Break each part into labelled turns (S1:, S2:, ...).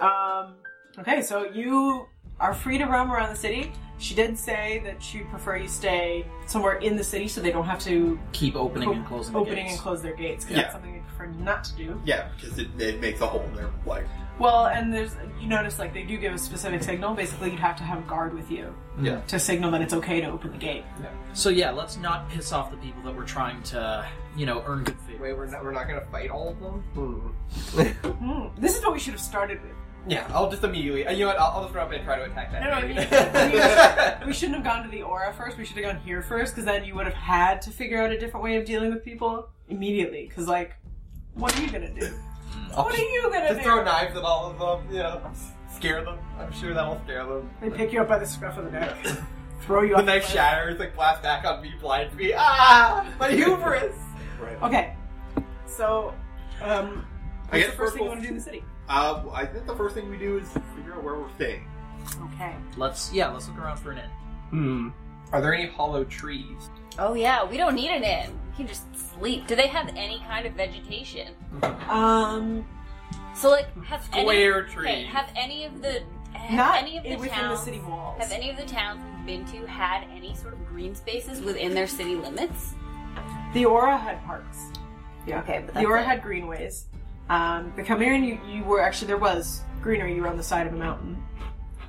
S1: Um, okay, so you are free to roam around the city. She did say that she'd prefer you stay somewhere in the city so they don't have to
S2: Keep opening
S1: Op-
S2: and closing the
S1: opening
S2: gates.
S1: and close their gates because
S3: Yeah.
S1: that's something they prefer not to do.
S3: Yeah, because it, it makes a hole in their like.
S1: Well, and there's you notice like they do give a specific signal. Basically, you'd have to have a guard with you
S3: Yeah.
S1: to signal that it's okay to open the gate.
S2: so yeah, let's not piss off the people that we're trying to, you know, earn good favor.
S4: Wait, we're not we're not gonna fight all of them.
S1: Hmm. This is what we should have started with.
S4: Yeah, I'll just immediately. uh, You know what? I'll, I'll just run up and try to attack that.
S1: No, no, I mean,
S4: dude.
S1: We shouldn't have gone to the aura first. We should have gone here first, because then you would have had to figure out a different way of dealing with people immediately. Because like, what are you gonna do?
S4: I'll
S3: Hmm.
S1: What are
S4: just,
S1: you gonna
S4: just
S1: do?
S4: throw knives at all of them. You know, scare them. I'm sure that'll scare them.
S1: They pick you up by the scruff of the neck, throw you.
S4: The
S1: off
S4: knife
S1: cliff.
S4: shatters, like blast back on me, blind me. Ah, my hubris.
S3: Right.
S1: Okay, so um,
S3: I
S1: what's
S3: guess
S1: the first thing you
S3: we're-
S1: want to do in the city?
S3: Uh, I think the first thing we do is figure out where we're staying.
S1: Okay.
S2: Let's yeah, let's look around for an inn.
S4: Hmm. Are there any hollow trees?
S5: Oh yeah, we don't need an inn. We can just sleep. Do they have any kind of vegetation?
S1: Um,
S5: So like, have any?
S4: Square trees.
S5: Okay, have any of the have
S1: not
S5: any of the
S1: within
S5: towns
S1: the city walls.
S5: have any of the towns we've been to had any sort of green spaces within their city limits?
S1: The aura had parks. Yeah.
S5: Okay, but
S1: The
S5: that's
S1: aura
S5: it.
S1: had greenways. Um, the Chimerian, you, you were actually there was greenery. You were on the side of a mountain.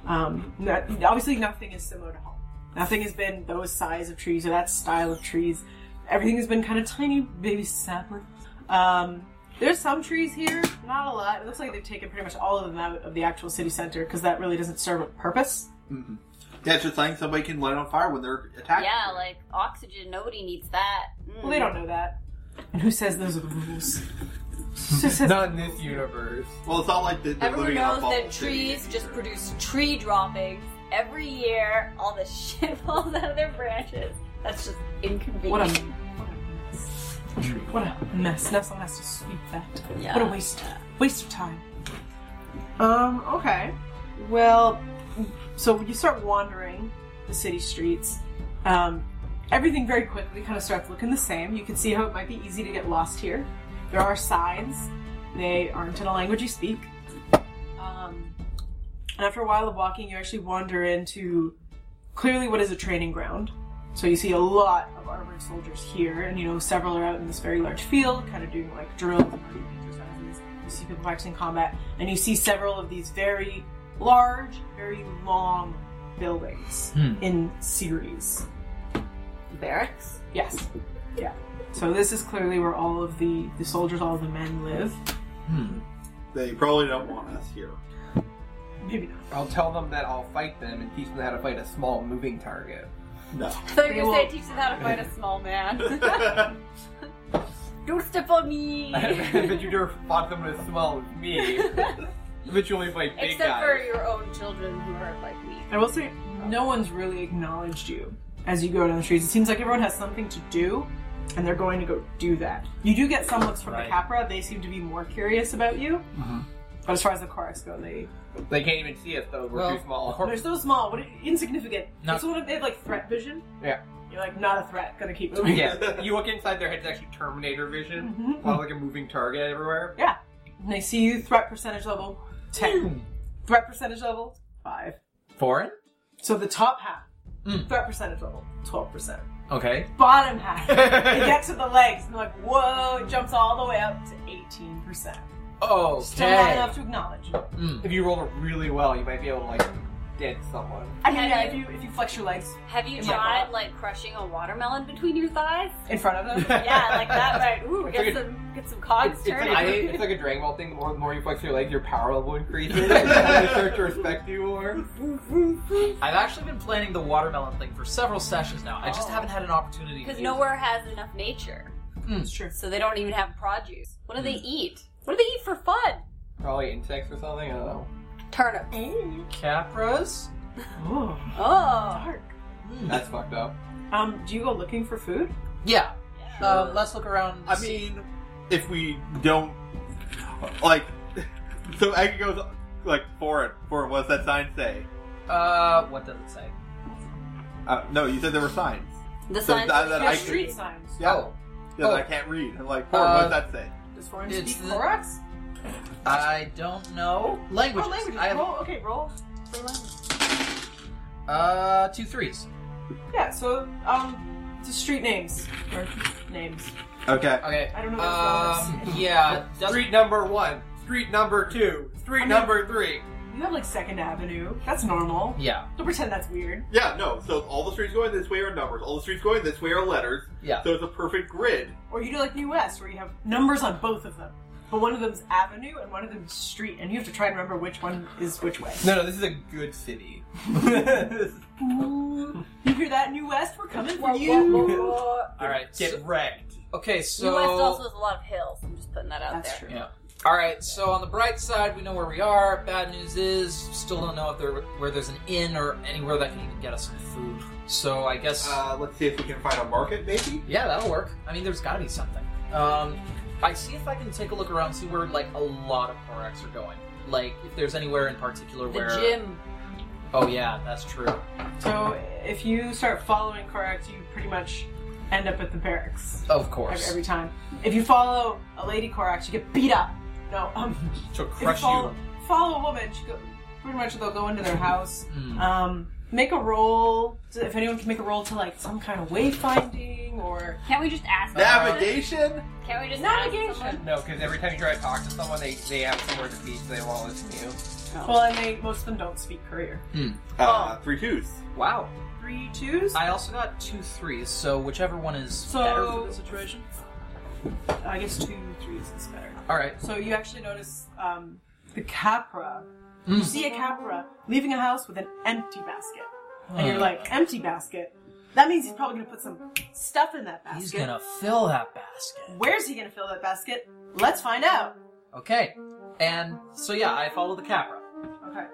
S1: Um, not, obviously, nothing is similar to home. Nothing has been those size of trees or that style of trees. Everything has been kind of tiny, baby saplings. Um, there's some trees here, not a lot. It looks like they've taken pretty much all of them out of the actual city center because that really doesn't serve a purpose.
S3: Yeah, it's just something somebody can light on fire when they're attacked.
S5: Yeah, like oxygen. Nobody needs that. Mm.
S1: Well, they don't know that. And who says those are the rules? Who says-
S4: Not in this universe.
S3: Well, it's not like the, they're
S5: Everyone
S3: living in a
S5: knows
S3: bubble
S5: that
S3: city
S5: trees
S3: either.
S5: just produce tree droppings every year. All the shit falls out of their branches. That's just inconvenient.
S1: What a, what a mess. What a mess. Now someone has to sweep that.
S5: Yeah.
S1: What a waste. Waste of time. Um, okay. Well, so when you start wandering the city streets, um, everything very quickly kind of starts looking the same. You can see how it might be easy to get lost here. There are signs. They aren't in a language you speak. Um, and after a while of walking, you actually wander into clearly what is a training ground. So you see a lot of armored soldiers here, and you know several are out in this very large field, kind of doing like drills and marching exercises. You see people practicing combat, and you see several of these very large, very long buildings
S2: Hmm.
S1: in series.
S5: barracks.
S1: Yes. Yeah. So this is clearly where all of the the soldiers, all of the men live.
S2: Hmm.
S3: They probably don't want us here.
S1: Maybe not.
S4: I'll tell them that I'll fight them and teach them how to fight a small moving target.
S3: No.
S5: I thought you were
S1: They
S5: going
S1: will-
S5: to say teach them how to fight a small man.
S3: That's
S5: Don't step on me.
S4: but you never fought them with small with me. but you only fight big
S5: Except
S4: guys.
S5: for your own children who are like me.
S1: I will say, no one's really acknowledged you as you go down the streets. It seems like everyone has something to do, and they're going to go do that. You do get some looks from
S2: Right.
S1: the Capra. They seem to be more curious about you.
S2: Mhm.
S1: But as far as the Chorus go, they.
S4: They can't even see us though. We're
S2: Well,
S4: too small.
S2: of course-
S1: They're so small, what insignificant.
S2: Not-
S1: It's sort of they have like threat vision.
S4: Yeah.
S1: You're like, not a threat, gonna keep moving.
S4: yeah, you look inside their heads. Actually, Terminator vision.
S1: hmm
S4: A lot of, like a moving target everywhere.
S1: And they see you, threat percentage level 10. threat percentage level 5.
S2: Foreign?
S1: So the top half,
S2: Mm.
S1: threat percentage level, 12%.
S2: Okay.
S1: Bottom half, they get to the legs and they're like, whoa, it jumps all the way up to 18%.
S2: Oh,
S1: Still not enough to acknowledge.
S2: Hmm.
S4: if you roll really well, you might be able to like dead someone.
S1: I mean,
S5: Have
S1: yeah, if
S5: you-
S1: you, if you flex your legs
S5: Have you
S1: Am I
S5: tried
S1: not?
S5: like crushing a watermelon between your thighs?
S1: in front of them,
S5: Yeah, like that might ooh
S4: It's
S5: get
S4: like a-
S5: some get some cogs
S4: It's, it's like
S5: turning.
S4: a, dra- it's like a Dragon Ball thing. The more, the more you flex your legs, your power level increases. and they start to respect you more.
S2: I've actually been planning the watermelon thing for several sessions now. I just
S5: Oh.
S2: haven't had an opportunity. to
S5: Because
S2: use
S5: nowhere has enough nature,
S1: it's true.
S5: so they don't even have produce. What do they eat? What do they eat for fun?
S4: Probably insects or something. I don't know.
S5: Turnip.
S2: it. Capras.
S1: Oh,
S5: Oh.
S1: dark.
S2: Hmm.
S4: That's fucked up.
S1: Um, do you go looking for food?
S2: Yeah.
S5: Yeah.
S2: Um, let's look around.
S3: I
S2: see-
S3: mean, if we don't, like, so Aggie goes, like, foreign, foreign, what does that sign say?
S2: uh, what does it say?
S3: Uh, no, you said there were signs.
S5: The
S3: So
S5: signs.
S3: that-
S5: of
S3: that
S5: the
S3: I
S1: There's
S3: could-
S5: country.
S1: street signs.
S3: Yeah,
S2: Oh.
S3: yeah, that I
S2: Oh.
S3: can't read. I'm like, foreign,
S2: Uh,
S3: what does that say?
S1: Does foreign
S2: It's
S1: speak
S2: the-
S1: Korax?
S2: I don't know. Languages.
S1: Oh, languages.
S2: I have
S1: Roll. Okay, roll. For language.
S2: uh, two threes.
S1: Yeah. So, um, just street names or names.
S3: Okay.
S4: Okay.
S1: I don't know. What it's
S4: Um, yeah.
S2: Does-
S4: Street number one. Street number two. Street
S1: I mean-
S4: number three.
S1: called. You have like Second Avenue. That's normal.
S2: Yeah,
S1: Don't pretend that's weird.
S3: Yeah, no. So all the streets going this way are numbers. All the streets going this way are letters.
S2: yeah.
S3: So it's a perfect grid.
S1: Or you do like New West, where you have numbers on both of them, but one of them's avenue and one of them's street, and you have to try and remember which one is which way.
S4: No, no, this is a good city.
S1: Ooh, you hear that, New West? We're coming for
S5: Whoa,
S1: you.
S5: whoa, whoa, whoa.
S2: All right. so-
S4: Get wrecked.
S2: okay, so
S5: New West also has a lot of hills. I'm just putting that out
S1: That's
S5: there.
S1: true.
S2: Yeah. All right, so on the bright side, we know where we are. Bad news is, still don't know if there where there's an inn or anywhere that can even get us some food. So I guess,
S3: Uh, let's see if we can find a market, maybe.
S2: yeah, that'll work. I mean, there's got to be something. Um, I see if I can take a look around, see where like a lot of Porax are going. Like if there's anywhere in particular where.
S5: The gym.
S2: Oh yeah, that's true.
S1: So if you start following correct, you pretty much end up at the barracks
S2: Of
S1: every,
S2: course.
S1: every time. If you follow a lady Korax, you get beat up. No, um,
S4: She'll
S1: if you
S4: crush
S1: follow,
S4: you.
S1: follow a woman, she go, pretty much they'll go into their house.
S2: Hmm.
S1: Um, make a roll. to- If anyone can make a roll to like some kind of wayfinding or
S5: Can't we just ask?
S4: Uh,
S3: Navigation.
S5: someone? Can't we just
S1: Navigation.
S5: Ask someone?
S4: No, because every time you try to talk to someone, they, they have somewhere to be, so they won't listen to you.
S1: well, and they most of them don't speak Korean.
S3: Uh, three twos.
S2: Wow.
S1: Three twos.
S2: I also got two threes, so whichever one is
S1: So-
S2: better for the situation.
S1: I guess two threes is better.
S2: All right.
S1: So you actually notice um, the capra.
S2: Mm.
S1: You see a capra leaving a house with an empty basket,
S2: Hmm.
S1: and you're like, empty basket. That means he's probably going to put some stuff in that basket.
S2: he's gonna fill that basket.
S1: Where's he going to fill that basket? Let's find out.
S2: Okay. And so yeah, I follow the Capra.
S1: Okay.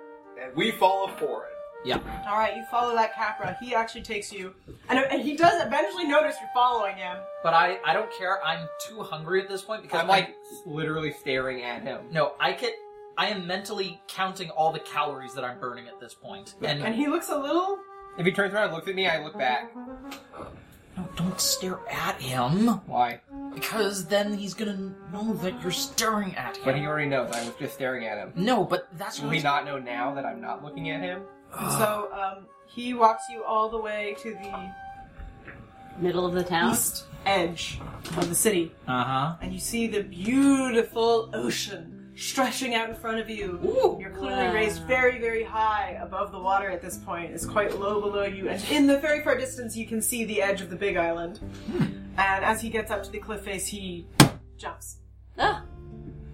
S3: And we follow for it.
S1: All right, you follow that capra. He actually takes you, and, and he does eventually notice you're following him.
S2: But I, I don't care. I'm too hungry at this point because
S4: I'm like literally staring at
S2: I-
S4: him.
S2: no, I could I am mentally counting all the calories that I'm burning at this point. And,
S1: And he looks a little.
S4: If he turns around and looks at me, I look back.
S2: no, don't stare at him
S4: Why?
S2: because then he's gonna know that you're staring at him.
S4: But he already knows I was just staring at him.
S2: no, but that's
S4: Will
S2: what
S4: he not know now that I'm not looking at him?
S1: And so um, he walks you all the way to the
S5: Middle of the town.
S1: east edge of the city,
S2: Uh huh.
S1: and you see the beautiful ocean stretching out in front of you. You're clearly
S5: Wow.
S1: raised very, very high above the water at this point. It's quite low below you, and in the very far distance, you can see the edge of the big island. And as he gets up to the cliff face, he jumps.
S5: Ah,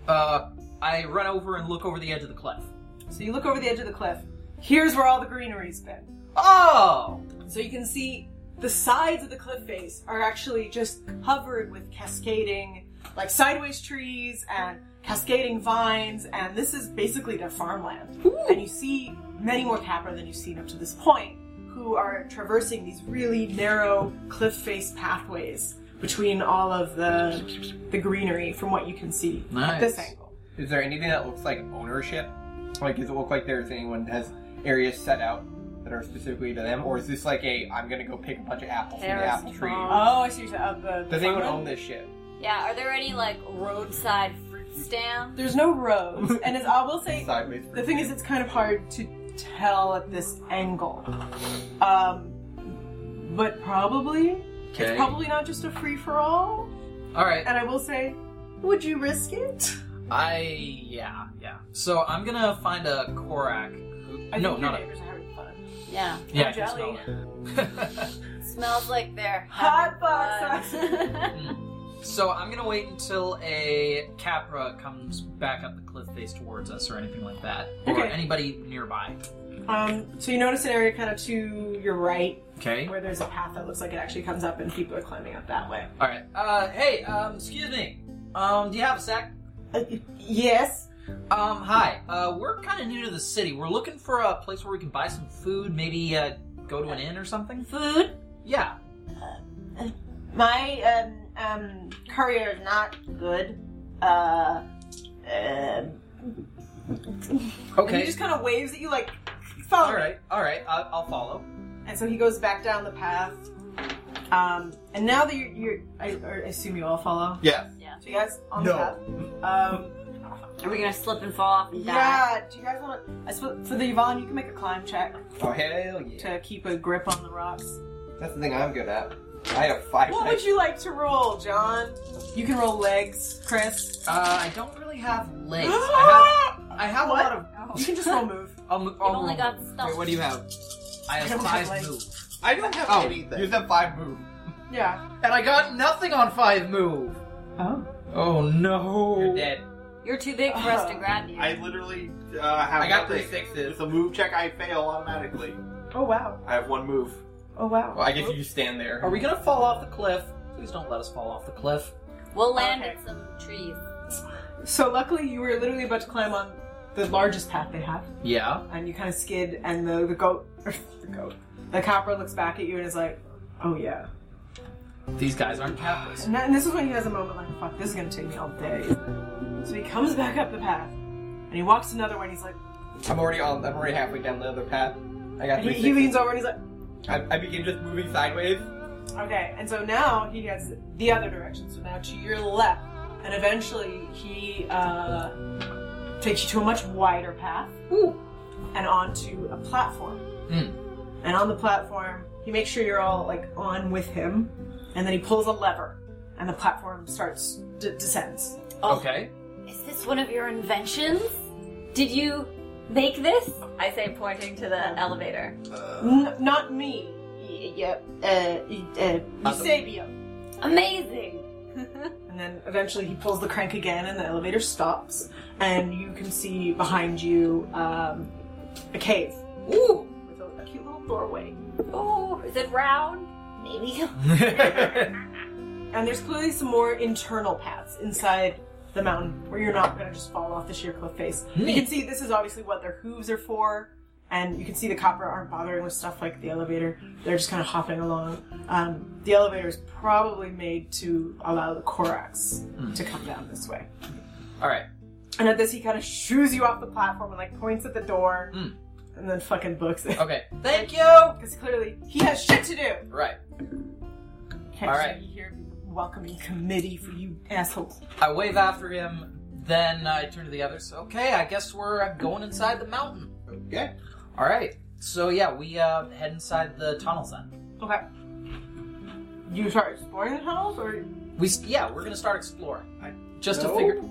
S2: Uh, I run over and look over the edge of the cliff.
S1: So you look over the edge of the cliff. Here's where all the greenery's been.
S2: Oh,
S1: So you can see the sides of the cliff face are actually just covered with cascading, like sideways trees and cascading vines, and this is basically their farmland. And you see many more capra than you've seen up to this point, who are traversing these really narrow cliff face pathways between all of the the greenery from what you can see at this
S2: Nice.
S1: angle.
S4: Is there anything that looks like ownership? Like, does it look like there's anyone that has areas set out that are specifically to them? Or is this like a, I'm gonna go pick a bunch of apples from the
S5: Terrace
S4: apple tree?
S5: farm.
S1: Oh, I see. what you're saying. Of the, the
S4: Does anyone
S1: farmland?
S4: own this shit?
S5: yeah. Are there any like roadside fruit stands?
S1: There's no roads, and as I will say,
S4: Sideways.
S1: the thing is, it's kind of hard to tell at this angle. Um, but probably,
S2: okay.
S1: it's probably not just a free for all.
S2: All right.
S1: And I will say, would you risk it?
S2: I yeah yeah. So I'm gonna find a Korak. Who,
S1: I
S2: no,
S1: think your
S2: not a,
S1: neighbors are having fun.
S5: Yeah.
S2: yeah. I can
S1: jelly.
S2: smell it.
S5: Smells like they're
S1: Hot box.
S5: having fun.
S2: so I'm gonna wait until a Capra comes back up the cliff face towards us or anything like that, or
S1: Okay.
S2: anybody nearby.
S1: Um, so you notice an area kind of to your right
S2: Okay.
S1: where there's a path that looks like it actually comes up, and people are climbing up that way.
S2: All right. Uh, hey. Um, excuse me. Um, do you have a sec?
S1: Uh, yes.
S2: Um, hi. Uh, we're kind of new to the city. We're looking for a place where we can buy some food. Maybe uh, go to an inn or something.
S1: Food.
S2: Yeah.
S1: My um, um, courier is not good. Uh, uh, And he
S2: Okay.
S1: just kind of waves at you like, follow
S2: All
S1: me."
S2: right. All right. I- I'll follow.
S1: And so he goes back down the path. Um, and now that you're, you're I, or I assume you all follow.
S3: Yeah.
S1: So you guys on
S4: No.
S1: the path. Um,
S5: Are we gonna slip and fall off and die?
S1: Yeah. Do you guys want? to... I suppose for the Yvonne, you can make a climb check
S4: Oh hell yeah!
S1: to keep a grip on the rocks.
S4: That's the thing I'm good at. I had a five.
S1: What would you like to roll, John? You can roll legs, Chris.
S2: Uh, I don't really have legs. I have, I have a
S1: What?
S2: lot of.
S1: you can just roll move.
S2: I'll, mo-
S5: You've
S2: I'll
S5: only
S2: move.
S5: got stuff.
S2: Wait, what do you have? I
S1: I
S2: have
S1: don't have
S2: five
S1: legs.
S2: move,
S3: I don't have
S2: Oh,
S3: anything.
S4: Use that five move.
S1: Yeah.
S2: and I got nothing on five move.
S1: Oh.
S2: Oh no!
S4: You're dead.
S5: You're too big for us to grab you.
S3: I literally uh, have.
S4: I got three
S3: nothing.
S4: sixes.
S3: It's a move check. I fail automatically.
S1: Oh wow.
S3: I have one move.
S1: Oh wow.
S4: Well, I guess you just stand there.
S2: Are we gonna fall off the cliff? Please don't let us fall off the cliff.
S5: We'll land
S1: Okay.
S5: at some trees.
S1: So luckily, you were literally about to climb on the largest path they have,
S2: Yeah.
S1: and you kind of skid, and the, the goat, the goat, the copper looks back at you and is like, "Oh yeah."
S2: These guys aren't captives.
S1: And, that, and this is when he has a moment like, "Fuck, this is gonna take me all day." So he comes back up the path, and he walks another way, and he's like,
S4: I'm already on. I'm already halfway down the other path. I got
S1: and he,
S4: three
S1: he
S4: sixes.
S1: leans over and he's like,
S4: I, I begin just moving sideways.
S1: "Okay." And so now he heads the other direction. So now to your left, and eventually he uh, takes you to a much wider path. and onto a platform.
S2: Hmm.
S1: And on the platform, he makes sure you're all like on with him, and then he pulls a lever, and the platform starts d- descends.
S2: Okay.
S5: Is this one of your inventions? Did you make this? I say, pointing to the elevator.
S1: N- not me. Y- Yep. Uh, y- uh, Eusebio.
S5: Amazing.
S1: And then eventually he pulls the crank again, and the elevator stops, and you can see behind you um, a cave
S2: Ooh.
S1: with a, a cute little doorway.
S5: Oh, is it round? Maybe.
S1: And there's clearly some more internal paths inside the mountain where you're not going to just fall off the sheer cliff face. You can see this is obviously what their hooves are for, and you can see the copper aren't bothering with stuff like the elevator. They're just kind of hopping along. Um, the elevator is probably made to allow the Korax to come down this way.
S2: All right.
S1: And at this, he kind of shoos you off the platform and like points at the door,
S4: Hmm.
S2: Mm.
S1: and then fucking books
S4: Oh.
S1: it.
S2: Okay. Thank you.
S1: Because clearly he has shit to do.
S2: Right.
S1: Can't
S2: All
S1: you
S2: right.
S1: be here welcoming committee for you assholes.
S2: I wave after him. Then I turn to the others. Okay. I guess we're going inside the mountain.
S4: Okay.
S2: All right. So yeah, we uh, head inside the tunnels then.
S1: Okay. You start exploring the tunnels, or
S2: We s- yeah, we're gonna start exploring.
S3: I-
S2: just to
S3: No.
S2: figure.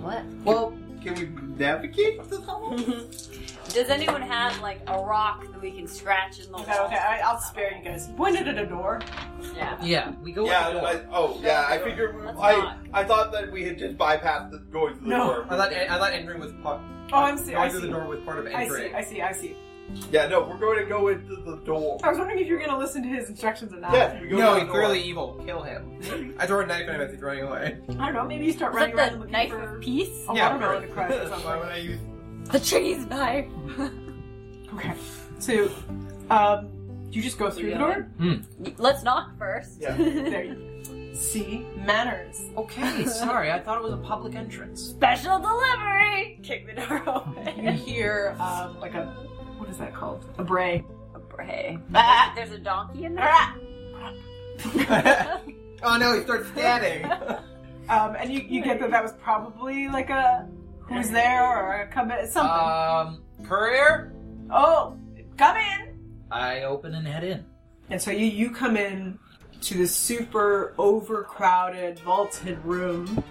S5: What?
S2: Well,
S3: Can we navigate the tunnel?
S5: Does anyone have like a rock that we can scratch in the wall?
S1: okay, okay, I, I'll spare you guys. He Pointed at a door.
S5: Yeah.
S2: yeah, we go.
S3: Yeah.
S2: in the door.
S3: I, oh, yeah. I figured. We,
S5: Let's
S3: I
S5: not.
S3: I thought that we had just bypassed the going through the
S1: No.
S4: I
S3: door.
S4: thought I thought entering was part. uh,
S1: Oh, I'm see- I
S4: Going through
S1: see.
S4: the door was part of
S1: I see,
S4: entering.
S1: I see, I see.
S3: Yeah. No, we're going to go into the door.
S1: I was wondering if you were going to listen to his instructions or not.
S3: Yes. We go to
S4: No, he's
S3: the
S4: clearly
S3: door.
S4: evil. Kill him. I throw a knife at him as he's running away.
S1: I don't know, maybe you start
S5: Is
S1: running
S5: that
S1: around
S5: the
S1: looking
S5: knife
S1: for
S5: of peace?
S1: a watermelon to crush or
S4: Why would
S1: something.
S4: I use?
S5: The trees by.
S1: Okay, so, um, you just go through the door.
S5: Let's knock first.
S3: Yeah.
S1: There you See? Manners.
S2: Okay, sorry, I thought it was a public entrance.
S5: Special delivery. Kick the door open.
S1: You hear, um, like a, what is that called? A bray.
S5: Hey.
S1: Ah!
S5: There's a donkey in there.
S1: Ah!
S4: oh no, he starts stabbing.
S1: Um, and you, you get that that was probably like a who's there or a come in, something.
S5: Uh.
S2: Um, courier.
S1: oh, come in.
S2: I open and head in.
S1: And so you you come in to this super overcrowded vaulted room,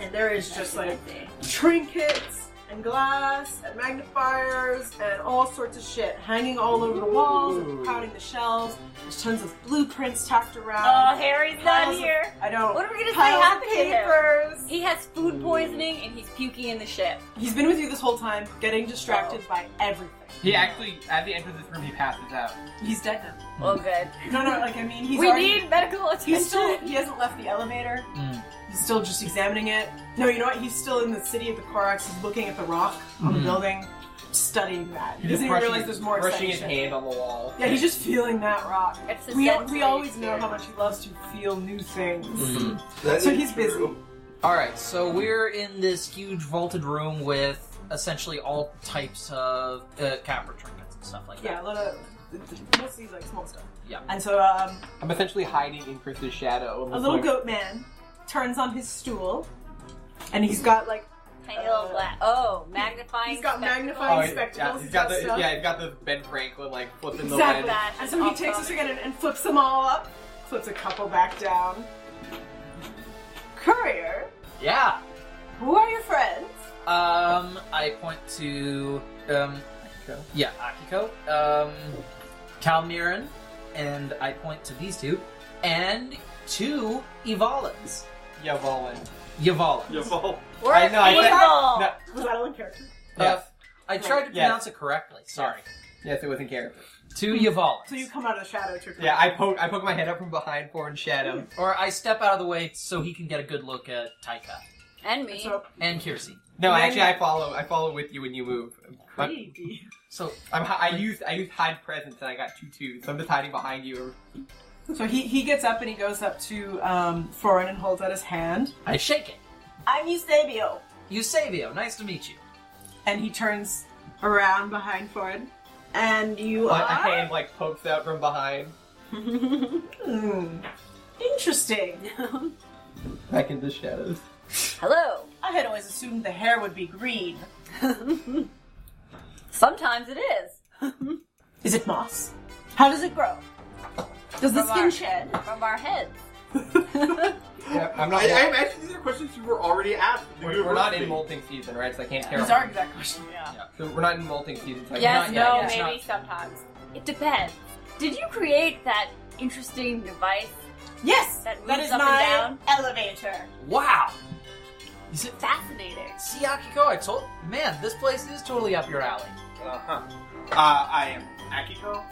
S1: and there is just like trinkets and glass and magnifiers and all sorts of shit hanging all over the walls and crowding the shelves. There's tons of blueprints tucked around.
S5: Oh, Harry's not
S1: uh, Piles of-
S5: here.
S1: I know.
S5: What are we gonna say
S1: piles of
S5: happened to him?
S1: papers.
S5: He has food poisoning and he's puking in the ship.
S1: He's been with you this whole time, getting distracted by everything.
S4: he actually, as he enters this room, he passes out.
S1: He's dead now.
S5: Oh, good.
S1: No, no, like I mean, he's
S5: we
S1: already,
S5: need medical attention.
S1: he's still he hasn't left the elevator.
S2: Mm.
S1: He's still just examining it. No, you know what? He's still in the city of the Korax. He's looking at the rock on the
S2: Mhm.
S1: building, studying that. He
S4: Mm. He's
S1: doesn't even
S4: brushing-
S1: realize there's more exciting
S4: Brushing his
S1: shit.
S4: hand on the wall.
S1: Yeah, he's just feeling that rock.
S5: It's a
S1: We,
S5: sensory
S1: we always know
S5: experience.
S1: how much he loves to feel new things.
S4: Mm.
S2: Mhm.
S3: That
S1: So
S3: is
S1: he's busy.
S3: true.
S2: All right, so we're in this huge vaulted room with essentially all types of uh, capra trinkets and stuff like
S1: Yeah,
S2: that.
S1: a lot of mostly like small stuff.
S2: Yeah.
S1: And so um,
S4: I'm essentially hiding in Chris's shadow.
S1: a little goat man turns on his stool, and he's got like
S5: tiny little glass. Oh, magnifying.
S1: He's got
S5: spectacles.
S1: magnifying
S4: Oh, yeah,
S1: spectacles,
S4: he's got the,
S1: stuff.
S4: yeah, he's got the Ben Franklin like flipping
S1: Exactly.
S4: the lens.
S5: That's
S1: And so he takes us
S5: awesome.
S1: again and, and flips them all up. Flips a couple back down. Courier,
S2: Yeah.
S1: who are your friends?
S2: Um, I point to um,
S4: Akiko.
S2: yeah, Akiko, um, Calmiran, and I point to these two, and two Evolans,
S4: Yeah, Volin.
S2: Yavalans.
S3: You fall.
S5: We're
S4: I know, I
S5: evil.
S4: said- No,
S1: Was that all in character?
S2: Uh, I tried to
S4: Yes.
S2: pronounce it correctly. Sorry,
S4: yes, it was in character.
S2: two Yavalans.
S1: So you come out of the shadow to
S4: Yeah, I poke, I poke my head up from behind for in
S1: Hmm.
S4: shadow.
S2: Or I step out of the way so he can get a good look at Taika
S5: and
S1: And
S5: me.
S1: so
S2: and Kiersey.
S4: No,
S1: And then-
S4: actually, I follow, I follow with you when you move. I'm,
S1: creepy.
S2: So
S4: I'm, hi- I used, I used hide presence, and I got two twos. So I'm just hiding behind you.
S1: So he, he gets up and he goes up to um, Thorin and holds out his hand.
S2: I shake it.
S1: I'm Eusebio.
S2: Eusebio, nice to meet you.
S1: And he turns around behind Thorin. And you
S4: Like, a hand like pokes out from behind.
S1: Hmm. Interesting.
S4: Back into shadows.
S5: Hello.
S1: I had always assumed the hair would be green.
S5: Sometimes it is.
S1: Is it moss? How does it grow? Does the
S5: From
S1: skin
S5: our-
S1: shed?
S5: From our heads.
S4: Yeah, I'm not.
S3: I, I imagine these are questions you were already asked. at the
S4: we're, we're not in
S3: university.
S4: molting season, right? So I can't
S2: Yeah.
S4: tell.
S1: These are exact questions.
S4: So we're not in molting season. So I
S5: yes,
S2: not yet,
S5: no,
S2: yes,
S5: maybe
S2: not-
S5: sometimes. It depends. Did you create that interesting device?
S1: Yes,
S5: That moves
S1: that is
S5: up and
S1: my
S5: down?
S1: elevator.
S2: Wow. Is it
S5: Fascinating.
S2: See Akiko, I told man, this place is totally up your alley.
S3: Uh-huh. Uh, I am Akiko.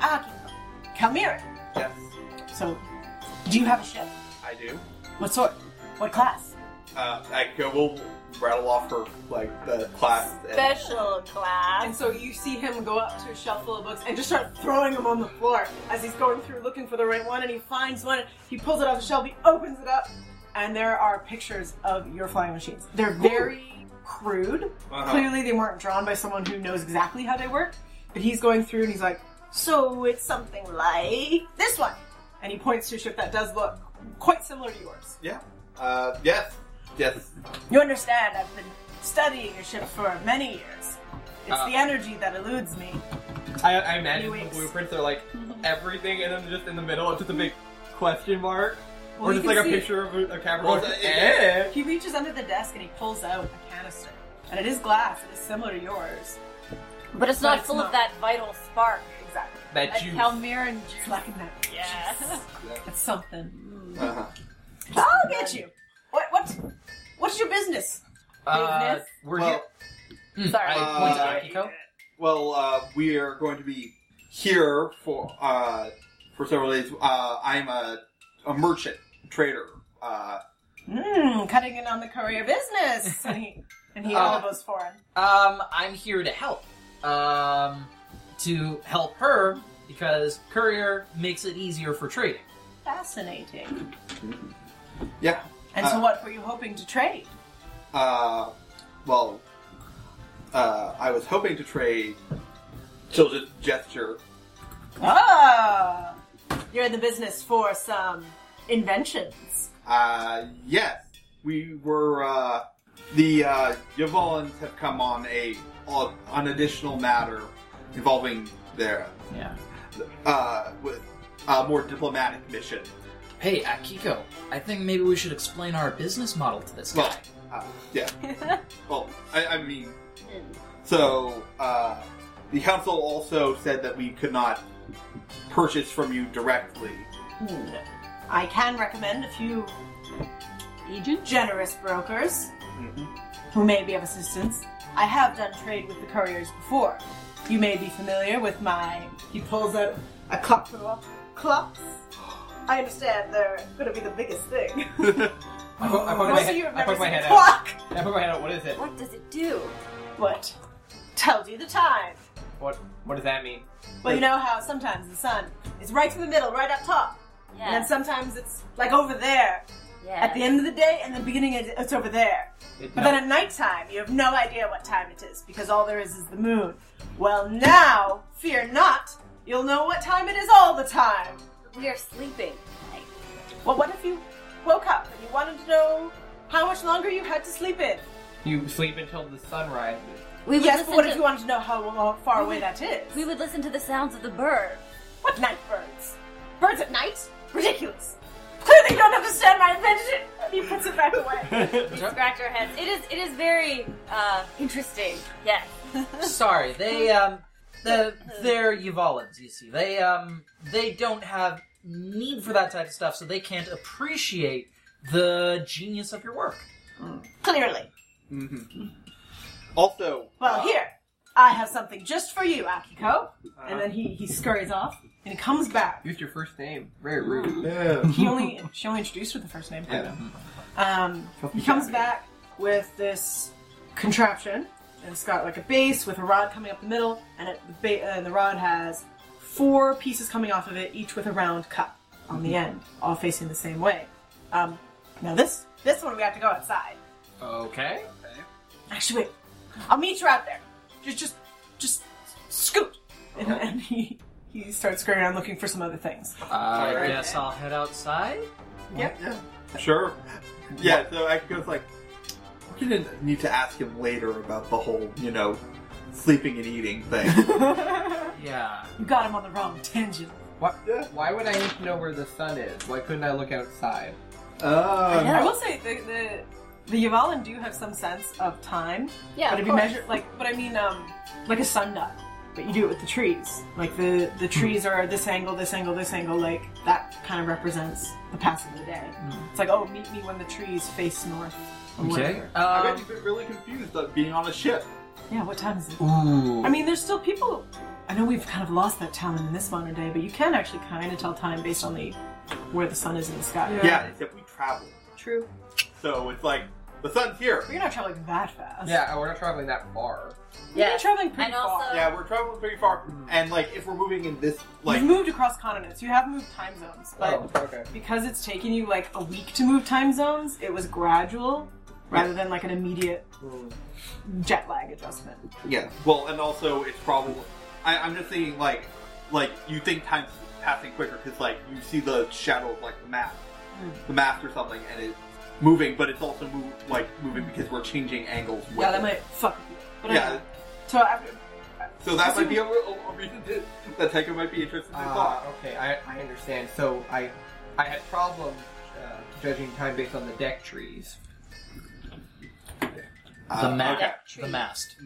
S1: Ah, Calmira.
S3: Yes,
S1: So, do you have a ship?
S3: I do.
S1: What sort? What class?
S3: Uh, Akiko will rattle off her like the class. And,
S5: Special class.
S1: And so you see him go up to a shelf full of books and just start throwing them on the floor as he's going through looking for the right one. And he finds one. He pulls it off the shelf. He opens it up, and there are pictures of your flying machines. They're very crude.
S4: Oh.
S3: uh-huh.
S1: Clearly, they weren't drawn by someone who knows exactly how they work. But he's going through and he's like, "So it's something like this one," and he points to a ship that does look quite similar to yours.
S3: Uh, yes, yes.
S1: You understand, I've been studying your ship for many years. It's
S4: Uh.
S1: the energy that eludes me.
S4: I, I imagine
S1: Anyways.
S4: the blueprints are like everything, and then just in the middle, it's just a big question mark,
S1: Well,
S4: or
S1: you
S4: just
S1: can
S4: like a
S1: see-
S4: picture of a, a
S3: Well,
S4: Capricorn.
S3: it-
S4: Eh.
S1: He reaches under the desk and he pulls out a canister. And it is glass, it is similar to yours.
S5: But it's not
S1: But it's
S5: full
S1: not.
S5: of that vital spark.
S1: Exactly.
S4: That
S5: That
S4: juice.
S5: Calmeran
S1: It's
S5: juice.
S1: like a nut.
S5: Yeah.
S1: That's something.
S4: Uh.
S3: Uh-huh.
S1: I'll get you. What? What? What's your business?
S2: Uh,
S5: Business?
S2: we're
S3: Well,
S2: here. Mm,
S5: Sorry.
S2: I point to
S3: Uh,
S2: Akiko.
S3: Well, uh, we are going to be here for uh, for several days. Uh, I'm a, a merchant trader. Uh,
S1: Mmm, cutting in on the courier business. and he and he
S2: Uh.
S1: elbows foreign.
S2: Um, I'm here to help. Um, to help her because courier makes it easier for trading.
S1: Fascinating.
S3: yeah.
S1: And so,
S3: Uh.
S1: what were you hoping to trade?
S3: Uh, well, uh, I was hoping to trade. She'll just gesture.
S1: Ah, you're in the business for some inventions.
S3: Uh, yes, we were. Uh, the uh, Yavolans have come on a on an additional matter involving their
S2: Yeah.
S3: uh, with a more diplomatic mission.
S2: Hey Akiko, I think maybe we should explain our business model to this
S3: Well,
S2: guy.
S3: uh, yeah. well, I, I mean, so uh, the council also said that we could not purchase from you directly.
S1: Hmm. I can recommend a few
S5: Agent?
S1: generous brokers
S4: Mm-hmm.
S1: who may be of assistance. I have done trade with the couriers before. You may be familiar with my. He pulls out a clock from the wall. Clocks? I understand they're going to be the biggest thing.
S4: I put, I put my
S1: Most of
S4: head,
S1: you have
S4: I
S1: never
S4: put my
S1: seen
S4: head
S1: a
S4: out.
S1: clock.
S4: I put my head out. What is it?
S5: What does it do?
S1: What? Tells you the time.
S4: What? What does that mean?
S1: Well, you know how sometimes the sun is right through the middle, right up top. And then
S5: Yeah.
S1: sometimes it's like over there
S5: yeah.
S1: at the end of the day, and the beginning it- it's over there.
S4: It-
S1: But
S4: no.
S1: then at nighttime, you have no idea what time it is because all there is is the moon. Well, now, fear not, you'll know what time it is all the time.
S5: We are sleeping. Like,
S1: Well, what if you woke up and you wanted to know how much longer you had to sleep in?
S4: You sleep until the sun rises.
S5: We would
S1: yes,
S5: listen
S1: but what
S5: to
S1: if you wanted to know how uh, far
S5: We
S1: away
S5: would-
S1: that is?
S5: we would listen to the sounds of the bird.
S1: What night birds? Birds at night? Ridiculous. Clearly you don't understand my invention. And he puts it back away.
S5: We scratch our heads. It is it is very uh, interesting. Yes.
S2: Sorry, they um, the they're Yvalans. You see, they um, they don't have need for that type of stuff, so they can't appreciate the genius of your work.
S1: Clearly.
S3: Mm-hmm. Also,
S1: Well,
S3: uh,
S1: here. I have something just for you, Akiko. And then he, he scurries off and he comes back.
S4: Used your first name. Very rude.
S3: Yeah.
S1: He only she only introduced her with the first name.
S4: Yeah.
S1: Um, he comes back with this contraption, and it's got like a base with a rod coming up the middle, and it, the ba- and the rod has four pieces coming off of it, each with a round cup on the end, all facing the same way. Um, now this this one we have to go outside.
S2: Okay.
S1: Actually, wait, I'll meet you out there. Just just just scoot, and, and he he starts going around looking for some other things.
S2: Uh, I
S3: Alright.
S2: guess I'll head outside.
S1: Yep.
S3: Sure. Yeah, so I goes like, we didn't need to ask him later about the whole, you know, sleeping and eating thing.
S1: you
S2: Yeah.
S1: got him on the wrong tangent.
S4: What? Why would I need to know where the sun is? Why couldn't I look outside?
S3: Uh,
S1: I will say the the, the Yvalan do have some sense of time,
S5: Yeah.
S1: but if you measure like, but I mean, um, like a sundial, but you do it with the trees. Like the the trees are this angle, this angle, this angle. Like that kind of represents the passing of the day. It's like, oh, meet me when the trees face north. or
S2: Okay.
S1: whatever.
S3: I
S2: Um,
S3: bet you've been really confused about being on a ship.
S1: Yeah. What time is it?
S4: Ooh.
S1: I mean, there's still people. I know we've kind of lost that talent in this modern day, but you can actually kind of tell time based on the where the sun is in the sky.
S3: Yeah, except we travel.
S1: True.
S3: So it's like, the sun's here.
S1: But you're not traveling that fast.
S4: yeah, we're not traveling that far.
S1: You're
S5: Yeah.
S1: traveling pretty
S5: And
S1: far.
S5: also-
S3: Yeah, we're traveling pretty far. And like, if we're moving in this, like,
S1: You've moved across continents. You have moved time zones, but
S4: Oh, okay.
S1: because it's taken you like a week to move time zones, it was gradual rather than like an immediate
S3: Mm.
S1: jet lag adjustment.
S3: Yeah. Well, and also it's probably. I, I'm just thinking like, like you think time's passing quicker because like you see the shadow of like the map, the map or something, and it's moving, but it's also move, like moving because we're changing angles. With
S1: Yeah, that
S3: it.
S1: might fuck with you. But
S3: Yeah.
S1: anyway, so after,
S3: So that might be a, a- a reason to, that Taika might be interested in
S4: Ah,
S3: thought.
S4: okay, I, I understand. So I I had problems uh, judging time based on the deck trees.
S2: the
S3: Uh,
S2: mast.
S3: okay.
S2: The mast.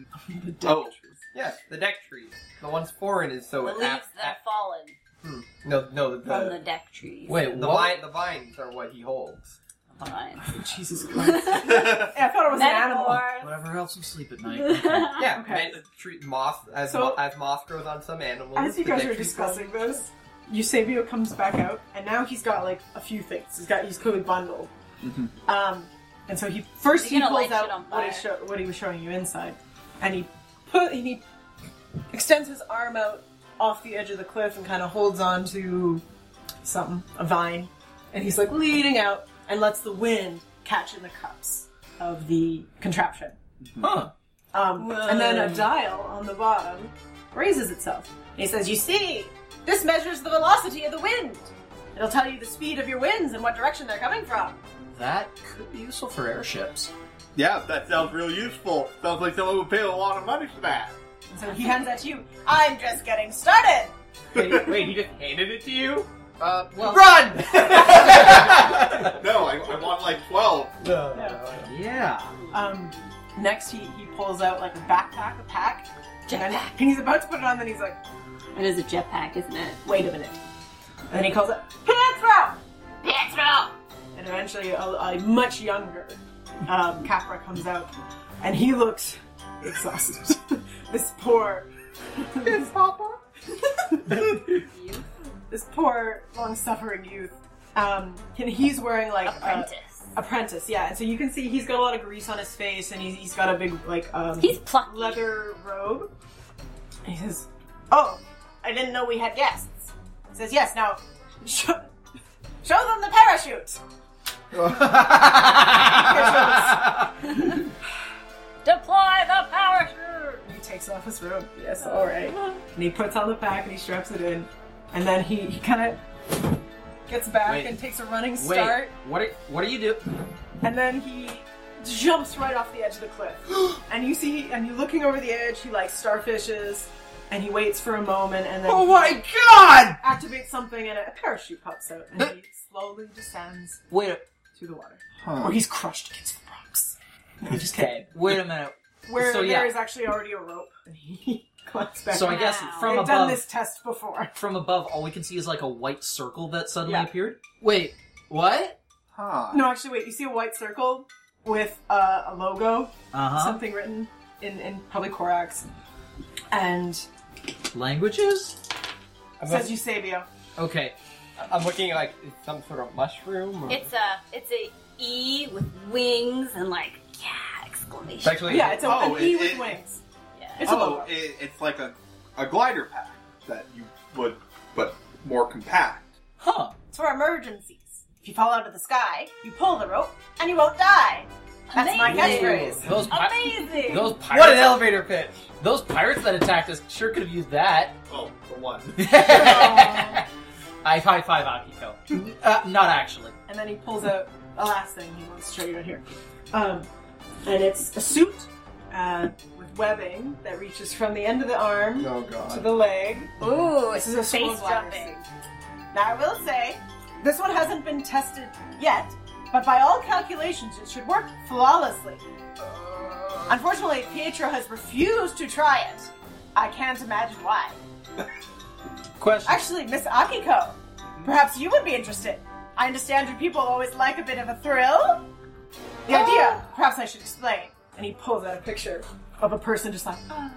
S3: Oh,
S4: Yes, the deck trees. The ones foreign is so
S5: the
S4: it
S5: leaves
S4: ap-
S5: that have fallen
S4: ap- no no the,
S5: from the deck trees.
S4: wait the
S2: what?
S4: vine, the vines are what he holds.
S5: Fine.
S1: Jesus Christ. Yeah, I thought it was an
S5: Metaphors.
S2: Whatever helps you sleep at night.
S5: yeah.
S4: Yeah,
S1: Ah, Okay.
S4: ma- tree, moss as
S1: So-
S4: mo- as moss grows on some animals.
S1: animal. As you
S4: the
S1: guys
S4: deck
S1: were
S4: trees
S1: discussing this, Eusebio comes back out, and now he's got like a few things. He's got he's clearly bundled. Um, and so he first
S5: Is
S1: he
S5: he gonna
S1: pulls
S5: light shit on
S1: out what he,
S5: fire?
S1: sho- what he was showing you inside, and he put and he extends his arm out off the edge of the cliff and kind of holds on to something, a vine, and he's like leaning out and lets the wind catch in the cups of the contraption.
S2: huh.
S1: Um, and then a dial on the bottom raises itself. And he says, You see, this measures the velocity of the wind. It'll tell you the speed of your winds and what direction they're coming from.
S2: That could be useful for airships.
S3: yeah, that sounds real useful. Sounds like someone would pay a lot of money for that.
S1: And so he hands that to you. I'm just getting started.
S4: falling. wait, wait, he just handed it to you?
S2: Uh, well,
S4: Run!
S3: No, I, I want like twelve.
S4: No,
S2: yeah.
S1: Um, next, he, he pulls out like a backpack, a pack. And, then, and he's about to put it on, then he's like,
S5: It is a jetpack, isn't it?
S1: Wait a minute. And then he calls out, Pietro!
S5: Pietro!
S1: And eventually, a, a much younger um, Capra comes out, and he looks exhausted. this poor, this papa, this poor long-suffering youth. Um, and he's wearing like a-
S5: Apprentice.
S1: apprentice, yeah. And so you can see he's got a lot of grease on his face, and he's, he's got a big like um,
S5: He's plucky.
S1: leather robe. And he says, "Oh, I didn't know we had guests." He says, "Yes, now show, show them the parachute."
S5: Deploy the parachute!
S1: He takes off his robe. Yes, all right. And he puts on the pack and he straps it in, and then he, he kind of gets back
S4: Wait.
S1: and takes a running
S4: Wait,
S1: start,
S4: what are, what do you do?
S1: and then he jumps right off the edge of the cliff. and you see, and you're looking over the edge, he like starfishes, and he waits for a moment, and then
S4: Oh my god!
S1: activates something, and a parachute pops out, and he slowly descends
S2: Wait, a,
S1: to the water.
S4: Huh.
S1: Or he's crushed against the rocks.
S4: He's just dead.
S2: wait a minute.
S1: Where
S2: So, yeah.
S1: there is actually already a rope, and he climbs back.
S2: So I
S1: up.
S2: guess
S5: Wow.
S2: from
S1: They've
S2: above,
S1: done this test before.
S2: from above, all we can see is like a white circle that suddenly
S1: Yeah.
S2: appeared. Wait, what?
S4: Huh.
S1: No, actually, wait. You see a white circle with uh, a logo,
S2: Uh huh.
S1: something written in in probably Korax, and
S2: Languages?
S4: I'm,
S1: says
S4: look-
S1: Eusebio.
S2: Okay.
S4: I'm looking at like some sort of mushroom. Or...
S5: It's a it's a E with wings and like yeah
S4: It's
S5: exclamation.
S4: actually
S1: Yeah, it's a,
S3: Oh,
S1: an E
S3: it-
S1: with
S3: it-
S1: wings.
S5: yeah.
S1: It's a
S3: oh,
S1: logo.
S3: it, it's like a, a glider pack that you would, but more compact.
S2: Huh.
S6: It's for emergencies. If you fall out of the sky, you pull the rope, and you won't die. That's my
S5: Amazing.
S6: catchphrase.
S2: Those pi-
S5: Amazing.
S2: those pirates.
S4: what an elevator pitch.
S2: Those pirates that attacked us sure could have used that.
S3: Oh, the one.
S2: I high five Akiko. Uh, not actually.
S1: And then he pulls out the last thing he wants to show you right here, um, and it's a suit uh, with webbing that reaches from the end of the arm
S4: Oh
S1: to
S4: god.
S1: the leg.
S6: Ooh,
S1: This is a
S5: Face
S1: space
S5: jumping.
S6: Now, I will say, this one hasn't been tested yet, but by all calculations, it should work flawlessly. Unfortunately, Pietro has refused to try it. I can't imagine why.
S2: Question.
S6: Actually, Miss Akiko, perhaps you would be interested. I understand your people always like a bit of a thrill.
S1: The idea, perhaps I should explain. And he pulls out a picture of a person just like, ah.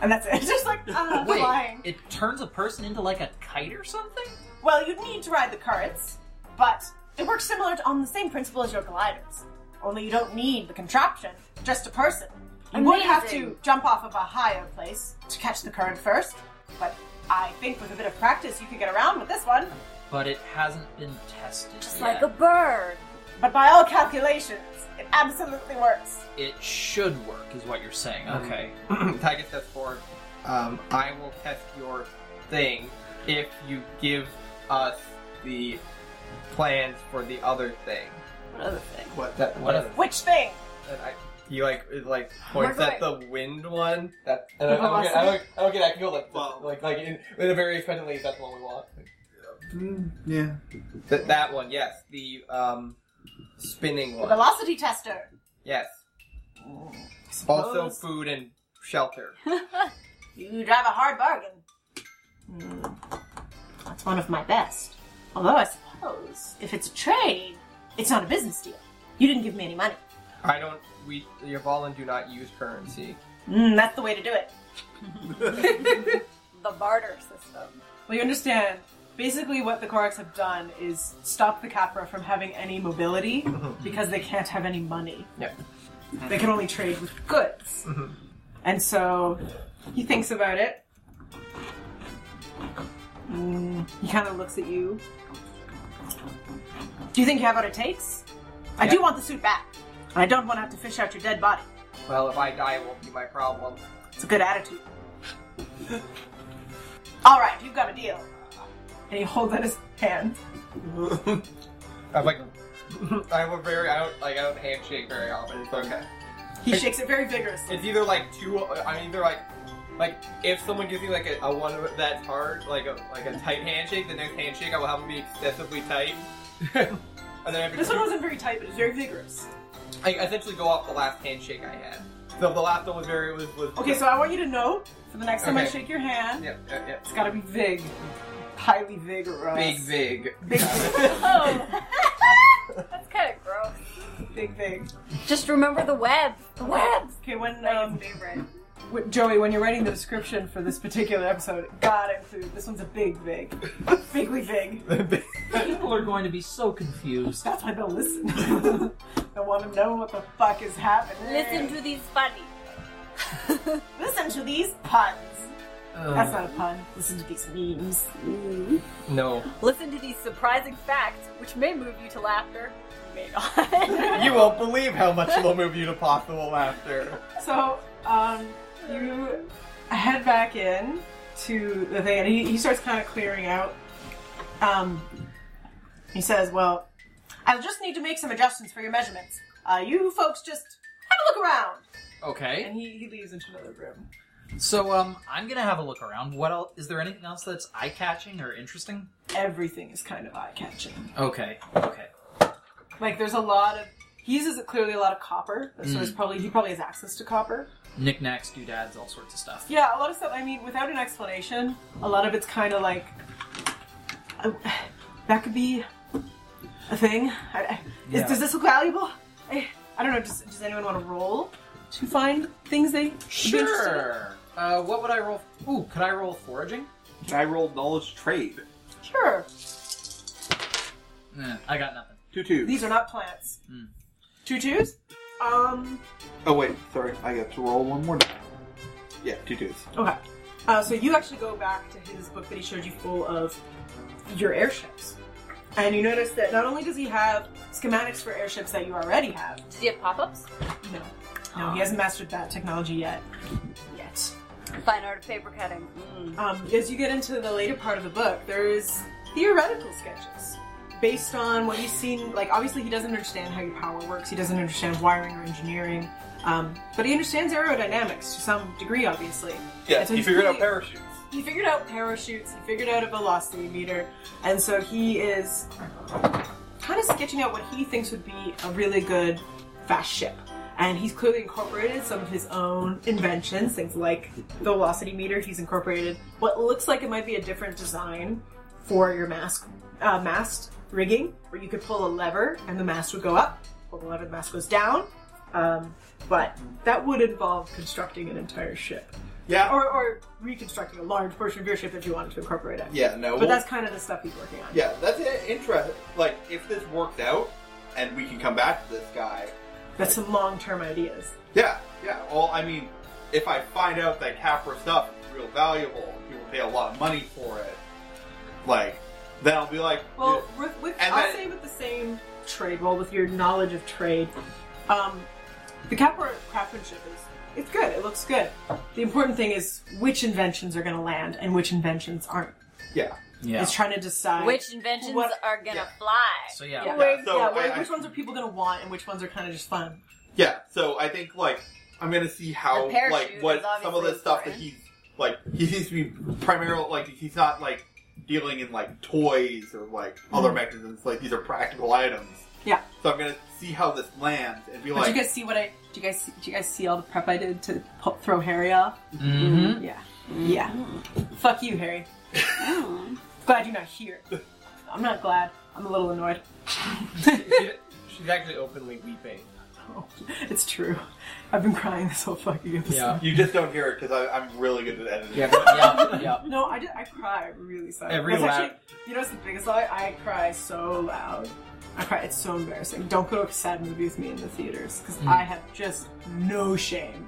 S1: and that's it. Just like, ah,
S2: Wait,
S1: flying.
S2: it turns a person into like a kite or something?
S6: Well, you'd need to ride the currents, but it works similar to, on the same principle as your gliders. Only you don't need the contraption, just a person. You would have to
S5: Amazing.
S6: jump off of a higher place to catch the current first, but I think with a bit of practice you could get around with this one.
S2: But it hasn't been tested.
S5: Just
S2: yet.
S5: like a bird.
S6: But by all calculations, it absolutely works.
S2: It should work, is what you're saying. Okay.
S4: Tiger steps forward. Um, I will test your thing if you give us the plans for the other thing.
S5: What other thing?
S3: What?
S4: That
S2: What
S4: what?
S2: other-
S6: Which thing?
S4: And I, he like is like points at the wind one. That and I,
S1: The
S4: I, look at, I look I look at that. Go like
S3: Wow.
S4: like like in, in a very expectantly. That's the one we want.
S3: Hmm, yeah.
S4: That that one, yes. The um, spinning
S6: The
S4: one,
S6: velocity tester.
S4: yes.
S1: Suppose-
S4: Also food and shelter.
S6: You drive a hard bargain. Hmm, That's one of my best. Although I suppose if it's a trade, it's not a business deal. You didn't give me any money.
S4: I don't. We Yvalin do not use currency.
S6: Mm, that's the way to do it.
S5: The barter system.
S1: Well, you understand. Basically, what the Koraks have done is stop the Capra from having any mobility because they can't have any money.
S4: Yeah.
S1: They can only trade with goods.
S4: Mhm.
S1: And so he thinks about it. Mm, he kind of looks at you.
S6: Do you think you have what it takes? I
S4: Yeah.
S6: do want the suit back. And I don't want to have to fish out your dead body.
S4: Well, if I die, it won't be my problem.
S6: It's a good attitude. All right, you've got a deal.
S1: And he holds out his hand.
S4: I'm like, I have a very, I don't like, I don't handshake very often. It's okay.
S1: He shakes it very vigorously.
S4: It's either like two. I'm either like, like if someone gives me like a, a one that's hard, like a like a tight handshake, the next handshake I will have them be excessively tight, and then I have to.
S1: This one wasn't very tight, but it's very vigorous.
S4: I essentially go off the last handshake I had. So the last one was very was. was
S1: Okay, so I want you to know for the next time I
S4: Okay.
S1: shake your hand,
S4: Yep, yep, yep.
S1: it's got to be vig, highly vigorous,
S4: Big Vig.
S1: Big
S5: Oh. That's kind of gross.
S1: big vig.
S5: Just remember the web. The webs.
S1: Okay, when um,
S5: favorite.
S1: w- Joey, when you're writing the description for this particular episode, gotta include this one's a big vig, bigly vig.
S2: People are going to be so confused.
S1: That's why they'll listen. they want to know what the fuck is happening.
S5: Listen to these funny.
S6: Listen to these puns.
S1: That's
S2: Ugh.
S1: not a pun.
S6: Listen to these memes.
S4: No,
S5: Listen to these surprising facts, which may move you to laughter, may not.
S4: you won't believe how much it'll move you to possible laughter.
S1: So, um, you head back in to the thing, and he, he starts kind of clearing out. Um,
S6: He says, Well, I'll just need to make some adjustments for your measurements. Uh, you folks just have a look around.
S2: Okay.
S1: And he, he leaves into another room.
S2: So um, I'm gonna have a look around. What else? Is there anything else that's eye catching or interesting?
S1: Everything is kind of eye catching.
S2: Okay. Okay.
S1: Like there's a lot of he uses clearly a lot of copper, so there's probably he probably has access to copper.
S2: Knickknacks, doodads, all sorts of stuff.
S1: Yeah, a lot of stuff. I mean, without an explanation, a lot of it's kind of like I- that could be a thing. I, I, is-
S2: Yeah.
S1: does this look valuable? I, I don't know. Does, does anyone want to roll to find things they should be interested in?
S2: Sure. Uh, what would I roll? Ooh, could I roll foraging?
S3: Can I roll knowledge trade?
S1: Sure.
S2: Nah, I got nothing.
S3: Two two.
S1: These are not plants.
S2: Hmm.
S1: Two twos. Um.
S3: Oh wait, sorry, I got to roll one more. die. Yeah, two twos.
S1: Okay. Uh, so you actually go back to his book that he showed you full of your airships. And you notice that not only does he have schematics for airships that you already have,
S5: Does he have pop-ups?
S1: no, no, he hasn't mastered that technology yet. Yet.
S5: Fine art of paper cutting. Mm.
S1: Um, as you get into the later part of the book, there's theoretical sketches based on what he's seen. Like, obviously, he doesn't understand how your power works, he doesn't understand wiring or engineering, um, but he understands aerodynamics to some degree, obviously.
S4: Yeah,
S1: It's
S4: you figured out
S1: really-
S4: parachutes.
S1: He figured out parachutes, he figured out a velocity meter, and so he is kind of sketching out what he thinks would be a really good fast ship. And he's clearly incorporated some of his own inventions, things like the velocity meter. He's incorporated what looks like it might be a different design for your mask, uh, mast rigging, where you could pull a lever and the mast would go up, pull the lever, the mast goes down. Um, but that would involve constructing an entire ship
S3: Yeah.
S1: or, or reconstructing a large portion of your ship if you wanted to incorporate it.
S3: Yeah. No.
S1: But that's kind of the stuff he's working on.
S3: yeah. That's i- interesting. Like, if this works out, and we can come back to this guy.
S1: That's some long term ideas.
S3: Yeah. Yeah. Well, I mean, if I find out that Capra stuff is real valuable, people pay a lot of money for it. Like, then I'll be like,
S1: Well, with, with,
S3: And
S1: I'll
S3: that-
S1: say with the same trade, well, with your knowledge of trade, um, the Capra craftsmanship is it's good. It looks good. The important thing is which inventions are going to land and which inventions aren't.
S3: yeah.
S2: Yeah.
S1: It's trying to
S6: Mm.
S1: decide
S5: Which inventions
S1: What-
S5: are gonna
S3: yeah.
S5: fly?
S2: So yeah.
S1: Yeah.
S3: Yeah, so
S1: yeah,
S3: I-
S1: wh-
S3: I-
S1: which ones are people going to want and which ones are kind of just fun.
S3: Yeah, so I think like I'm gonna see how
S5: The parachute
S3: like what
S5: is obviously
S3: some of the stuff that
S5: important.
S3: he's like he seems to be primarily like he's not like dealing in like toys or like
S5: Mm-hmm.
S3: other mechanisms. Like these are practical items.
S1: Yeah.
S3: So I'm gonna see how this lands and be
S1: But
S3: like,
S1: you guys see what I? Do you guys see, do you guys see all the prep I did to pu- throw Harry off?
S2: Mm-hmm.
S1: Yeah. Yeah. Fuck you, Harry. glad you're not here. I'm not glad. I'm a little annoyed.
S4: She- She's actually openly weeping.
S1: it's true. I've been crying this whole fucking episode.
S3: you just don't hear it because I'm really good at editing.
S4: Mm-hmm. Yeah, but-
S2: yeah. Yeah.
S1: No, I just I cry really silent.
S4: Every
S1: That's
S4: laugh-
S1: actually, you know what's the biggest lie? I cry so loud. I cry. It's so embarrassing. Don't go to a sad movie with me in the theaters because I have just no shame,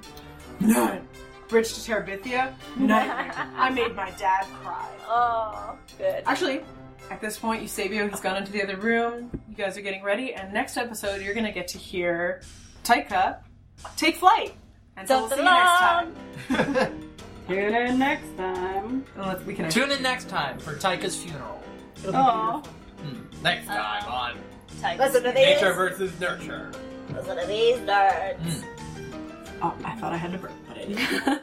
S1: none. Bridge to Terabithia, none. I made my dad cry.
S5: oh, good.
S1: Actually, at this point, Eusebio has gone into the other room. You guys are getting ready, and next episode, you're going to get to hear Taika take flight. And so we'll see you next time.
S7: Tune in next time.
S1: Unless we can.
S2: Tune in next time for Taika's funeral.
S1: It'll be
S5: Oh.
S7: Aw.
S1: beautiful.
S4: Next time on
S5: Tigers.
S6: Listen to these.
S4: Nature versus Nurture.
S6: Listen to these nerds.
S1: Oh, I thought I had to burp, but I didn't.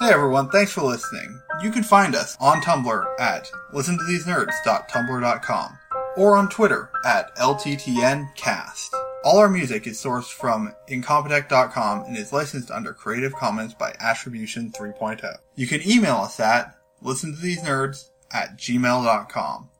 S8: Hey everyone, thanks for listening. You can find us on Tumblr at listentothesenerds.tumblr.com or on Twitter at LTTNcast. All our music is sourced from incompetech.com and is licensed under Creative Commons by oh. Attribution 3.0. You can email us at listentothesenerds at gmail.com.